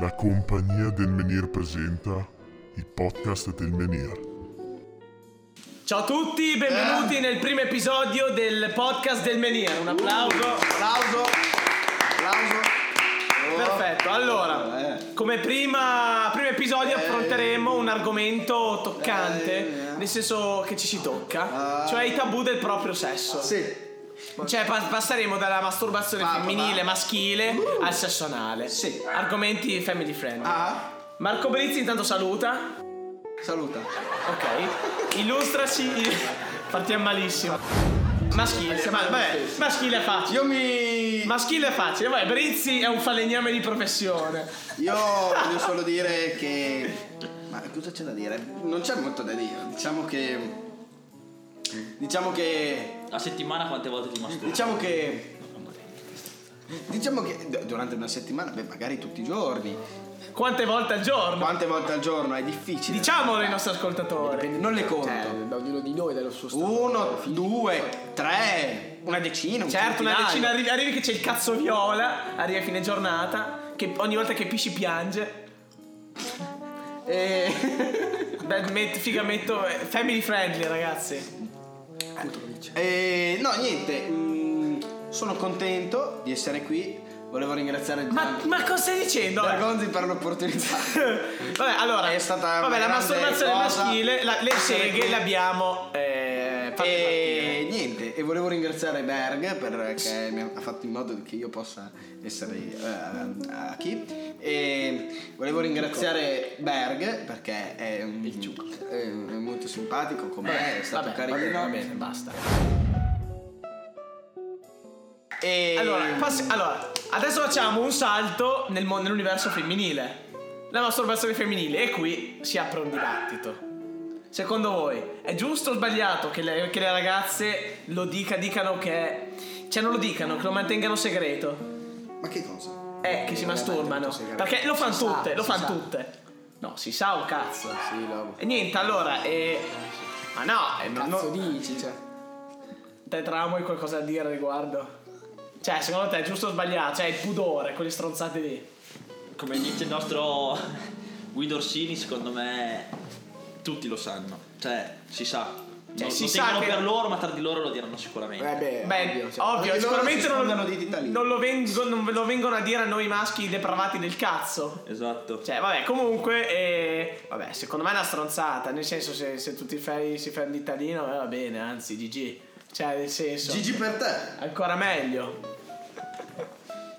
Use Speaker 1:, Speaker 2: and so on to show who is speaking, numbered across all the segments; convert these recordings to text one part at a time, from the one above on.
Speaker 1: La compagnia del Menir presenta i podcast del Menir.
Speaker 2: Ciao a tutti, benvenuti
Speaker 3: Eh.
Speaker 2: nel primo episodio del podcast del Menir. Un applauso.
Speaker 3: Uh. Applauso. Applauso. Oh.
Speaker 2: Perfetto, allora,
Speaker 3: Eh.
Speaker 2: come prima, primo episodio affronteremo un argomento toccante,
Speaker 3: Eh.
Speaker 2: nel senso che ci si tocca,
Speaker 3: Ah.
Speaker 2: cioè i tabù del proprio sesso.
Speaker 3: Sì.
Speaker 2: Cioè pa- passeremo dalla masturbazione
Speaker 3: Mamma,
Speaker 2: femminile,
Speaker 3: va.
Speaker 2: maschile al sesso anale.
Speaker 3: Uh. Sì.
Speaker 2: Argomenti family friendly.
Speaker 3: Ah,
Speaker 2: Marco Brizzi intanto saluta.
Speaker 3: saluta.
Speaker 2: Ok, illustraci. Partiamo malissimo. Maschile, ma, vabbè, maschile è facile.
Speaker 3: Io mi
Speaker 2: Maschile è facile, vai, Brizzi è un falegname di professione.
Speaker 3: io voglio solo dire che ma cosa c'è da dire? Non c'è molto da dire. Diciamo che diciamo che
Speaker 4: La settimana quante volte ti masturbi?
Speaker 3: diciamo che diciamo che d- durante una settimana, beh, magari tutti i giorni,
Speaker 2: Quante volte al giorno?
Speaker 3: quante volte al giorno è difficile.
Speaker 2: Diciamolo ai nostri ascoltatori.
Speaker 3: non le conto.
Speaker 5: Diciamo- Cioè, da ognuno di noi, dallo suo
Speaker 3: Uno, due, tre, una decina, un
Speaker 2: Certo, una
Speaker 3: centinaio.
Speaker 2: decina, arrivi, arrivi che c'è il cazzo viola, arrivi a fine giornata, che ogni volta che pisci piange.
Speaker 3: E...
Speaker 2: Beh, met- figa, metto- eh, family friendly, ragazzi.
Speaker 3: Eh, no, niente. mm, sono contento di essere qui. Volevo ringraziare
Speaker 2: Ma,
Speaker 3: Gian-
Speaker 2: ma cosa stai dicendo?
Speaker 3: Dragonzi per l'opportunità.
Speaker 2: Vabbè, allora,
Speaker 3: È stata
Speaker 2: vabbè,
Speaker 3: una
Speaker 2: la
Speaker 3: grande
Speaker 2: masturbazione
Speaker 3: cosa.
Speaker 2: maschile, la- le seghe le abbiamo eh, fatte
Speaker 3: e niente, e volevo ringraziare Berg perché mi ha fatto in modo che io possa essere eh, a chi. E volevo ringraziare Berg perché è, un- è molto simpatico come me, Eh, è stato
Speaker 2: vabbè,
Speaker 3: carino.
Speaker 2: va bene, va bene, basta.
Speaker 3: E
Speaker 2: Allora, passi- allora, adesso facciamo un salto nel mon- nell'universo femminile. La masturbazione femminile. E qui si apre un dibattito. Secondo voi è giusto o sbagliato che le, che le ragazze lo dica, dicano che. Cioè, non lo dicano, che lo mantengano segreto.
Speaker 3: ma che cosa?
Speaker 2: Eh, che si masturbano. Perché lo fanno tutte, lo fanno tutte. No, si sa un cazzo.
Speaker 3: Sì, lo-
Speaker 2: E niente, allora, eh, Ma no, eh, non-
Speaker 5: Cazzo
Speaker 2: non-
Speaker 5: dici, cioè.
Speaker 2: Te tramo hai qualcosa da dire al riguardo? Cioè, secondo te è giusto o sbagliato? Cioè, il pudore, quelle stronzate lì.
Speaker 4: Come dice il nostro Guido Orsini, secondo me tutti lo sanno. Cioè, si sa.
Speaker 2: Cioè,
Speaker 4: Non-
Speaker 2: si
Speaker 4: lo
Speaker 2: sa
Speaker 4: tengono
Speaker 2: che-
Speaker 4: per loro, ma tra di loro lo diranno sicuramente.
Speaker 5: Vabbè,
Speaker 2: Eh, Beh, ovvio,
Speaker 5: ovvio,
Speaker 3: perché
Speaker 5: cioè.
Speaker 3: Eh, loro
Speaker 2: sicuramente
Speaker 3: si
Speaker 2: non,
Speaker 3: scordano di dita lì.
Speaker 2: non lo vengo- non ve lo vengono a dire a noi maschi depravati del cazzo.
Speaker 4: Esatto.
Speaker 2: Cioè, vabbè, comunque, eh, vabbè, secondo me è una stronzata. Nel senso, se, se tu ti fai, si fa l'italino, eh, va bene, anzi, GG. Cioè, nel senso,
Speaker 3: Gigi per te.
Speaker 2: ancora meglio.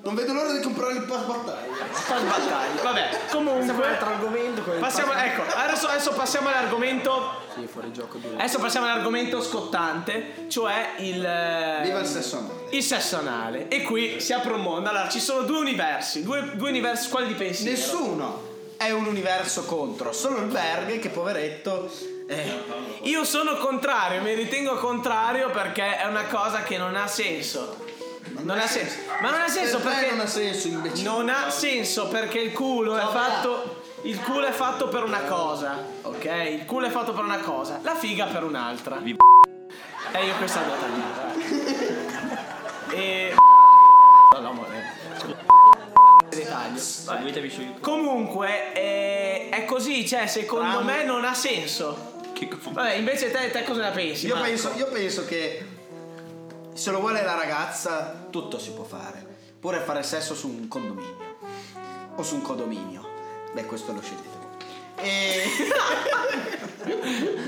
Speaker 3: Non vedo l'ora di comprare il pass battaglia.
Speaker 2: Spal battaglia. Vabbè,
Speaker 5: Passiamo all'altro
Speaker 2: comunque.
Speaker 5: argomento. quello
Speaker 2: Passiamo, ecco, adesso, adesso passiamo all'argomento
Speaker 5: Sì, fuori gioco due.
Speaker 2: Adesso passiamo all'argomento scottante, cioè il.
Speaker 3: Viva il sesso amore.
Speaker 2: Il sesso anale. E qui si apre un mondo. Allora, ci sono due universi, due, due universi, scuole di pensiero.
Speaker 3: Nessuno è un universo contro, solo il Berg che poveretto. eh,
Speaker 2: Io sono contrario, mi ritengo contrario perché è una cosa che non ha senso. Non, ha senso. Ma non ha senso
Speaker 3: per te
Speaker 2: perché.
Speaker 3: non ha senso imbecille.
Speaker 2: Non ha senso perché il culo è
Speaker 3: Ciao,
Speaker 2: fatto. Il culo è fatto per una cosa, ok? Il culo è fatto per una cosa, la figa per un'altra.
Speaker 4: Vi-
Speaker 2: E io questa l'ho tagliata. eh. e. No, no, amore. Dettaglio. Vabbè.
Speaker 4: Seguitemi su YouTube.
Speaker 2: Comunque, eh, è così, cioè, secondo
Speaker 3: Tram.
Speaker 2: me non ha senso.
Speaker 4: Che conf-
Speaker 2: Vabbè, invece te, te cosa ne pensi?
Speaker 3: Io
Speaker 2: Marco?
Speaker 3: penso, io penso che se lo vuole la ragazza, tutto si può fare. Pure fare sesso su un condominio. O su un condominio. Beh, questo lo scegliete voi. E...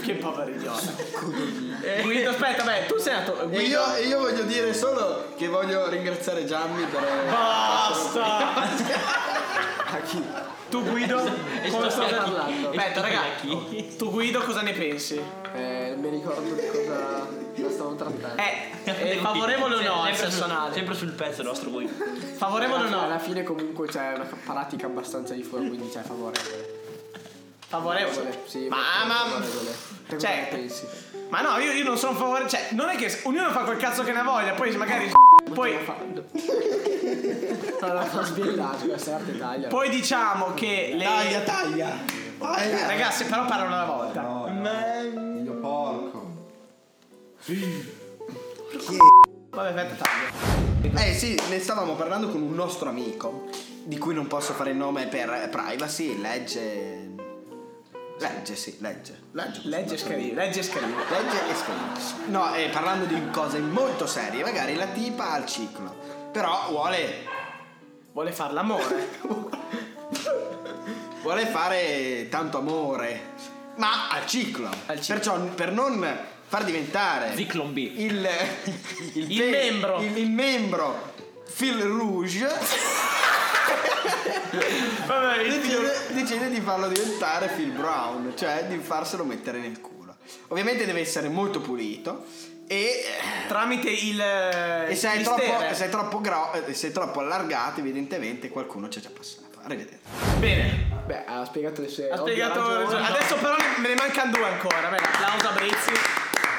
Speaker 2: Che povero idiota. Eh, Guido, aspetta, beh, tu sei nato.
Speaker 3: e
Speaker 2: Guido.
Speaker 3: io, e io voglio dire solo che voglio ringraziare Gianni per.
Speaker 2: Basta!
Speaker 3: A chi?
Speaker 2: Tu Guido, cosa stai
Speaker 4: sto-
Speaker 2: parlando?
Speaker 4: e
Speaker 2: Aspetta,
Speaker 4: sto-
Speaker 2: ragazzi, tu Guido cosa ne pensi?
Speaker 5: Eh, mi ricordo di cosa cosa stavamo trattando.
Speaker 2: Eh, eh, favorevole o no al
Speaker 4: Sempre
Speaker 2: sesso
Speaker 4: sul-
Speaker 2: anale?
Speaker 4: Sempre sul pezzo il nostro Guido.
Speaker 2: Favorevole o
Speaker 5: Eh, Alla- Alla
Speaker 2: no?
Speaker 5: fine comunque c'è una pratica abbastanza di fuori, quindi c'è favorevole.
Speaker 2: Favorevole.
Speaker 5: Sì,
Speaker 2: Ma, ma,
Speaker 5: favorevole. Te cosa
Speaker 2: cioè-
Speaker 5: ne pensi?
Speaker 2: ma no, io, io non sono favorevole, cioè, non è che ognuno fa quel cazzo che ne voglia, poi magari... Poi,
Speaker 5: Non la fa sbillare, questa è arte taglia.
Speaker 2: poi diciamo che
Speaker 3: Taglia,
Speaker 2: le...
Speaker 3: taglia! Taglia.
Speaker 2: Ragazzi, però parlano alla volta.
Speaker 3: Mio porco.
Speaker 2: Vabbè, aspetta, taglio.
Speaker 3: Eh sì, ne stavamo parlando con un nostro amico, di cui non posso fare il nome per privacy, legge... Legge, sì, legge. Legge.
Speaker 2: Legge e scrivi, legge e scrivi.
Speaker 3: Legge e scrivi. No, eh, parlando di cose molto serie, magari la tipa ha il ciclo, però vuole...
Speaker 2: Vuole far l'amore.
Speaker 3: vuole fare tanto amore, ma al ciclo.
Speaker 2: Al ciclo.
Speaker 3: Perciò per non far diventare
Speaker 4: Ziclon B.
Speaker 3: il,
Speaker 2: Il membro.
Speaker 3: il, il membro fil rouge
Speaker 2: Vabbè, il figlio-
Speaker 3: decide, decide di farlo diventare Phil Brown, cioè di farselo mettere nel culo. Ovviamente deve essere molto pulito e, eh,
Speaker 2: Tramite il.
Speaker 3: e se, è
Speaker 2: il
Speaker 3: troppo,
Speaker 2: Eh, mistero.
Speaker 3: se è troppo gro- eh, se è troppo allargato evidentemente qualcuno ci è già passato. Arrivederci.
Speaker 2: Bene.
Speaker 5: Beh, ha spiegato le sue.
Speaker 2: Ha
Speaker 5: ovvie
Speaker 2: spiegato.
Speaker 5: ragioni.
Speaker 2: Adesso però ne- me ne mancano due ancora. Bene, applauso a Brizzi.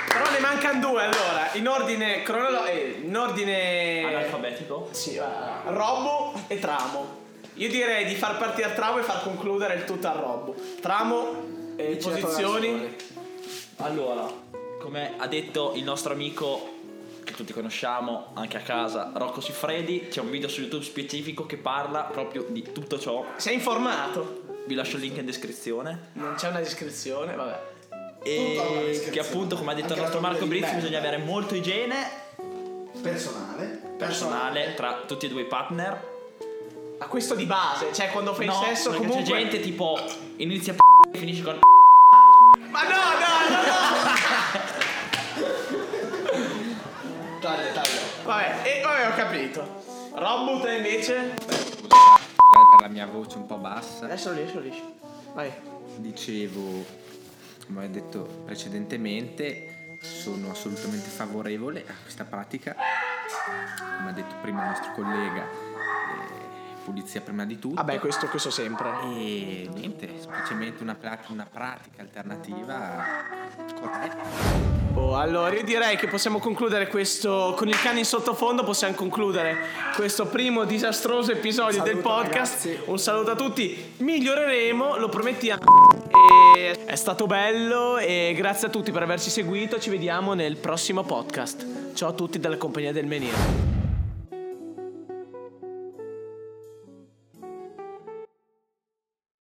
Speaker 2: Però ne mancano due allora. In ordine cronologico. in ordine.
Speaker 4: Eh. Analfabetico.
Speaker 2: Sì, va. Robbo e Tramo. Io direi di far partire il Tramo e far concludere il tutto al Robbo. Tramo, eh,
Speaker 5: Dici la tua
Speaker 2: posizioni.
Speaker 5: ragione.
Speaker 4: Allora, come ha detto il nostro amico che tutti conosciamo anche a casa, Rocco Siffredi, c'è un video su YouTube specifico che parla proprio di tutto ciò.
Speaker 2: Sei informato?
Speaker 4: Vi lascio il link in descrizione.
Speaker 2: Non c'è una descrizione, vabbè.
Speaker 3: Tutto alla
Speaker 4: E
Speaker 3: descrizione.
Speaker 4: che appunto, come ha detto
Speaker 3: Anche
Speaker 4: il nostro
Speaker 3: la
Speaker 4: Marco
Speaker 3: tabella di
Speaker 4: Brizzi,
Speaker 3: merda.
Speaker 4: bisogna avere molto igiene
Speaker 3: Personale.
Speaker 4: personale tra tutti e due i partner.
Speaker 2: Ma questo di base, cioè quando fai
Speaker 4: No,
Speaker 2: il sesso
Speaker 4: perché
Speaker 2: comunque.
Speaker 4: c'è gente tipo inizia a e finisce con
Speaker 2: Ma no, no, no, no!
Speaker 3: Taglia, taglia.
Speaker 2: Vabbè, e vabbè, ho capito. Robbo te invece?
Speaker 6: per la mia voce un po' bassa.
Speaker 2: Adesso lo riesci, lo riesci. Vai.
Speaker 6: Dicevo, come ho detto precedentemente, sono assolutamente favorevole a questa pratica. Come ha detto prima il nostro collega, eh, pulizia prima di tutto.
Speaker 2: Vabbè, questo, questo sempre.
Speaker 6: E niente, semplicemente una, plat- una pratica alternativa corretta.
Speaker 2: Oh, allora, io direi che possiamo concludere questo. Con il cane in sottofondo possiamo concludere questo primo disastroso episodio
Speaker 5: Saluto,
Speaker 2: del podcast.
Speaker 5: ragazzi.
Speaker 2: Un saluto a tutti. Miglioreremo, lo promettiamo. E è stato bello e grazie a tutti per averci seguito. Ci vediamo nel prossimo podcast. Ciao a tutti dalla compagnia del Meniere.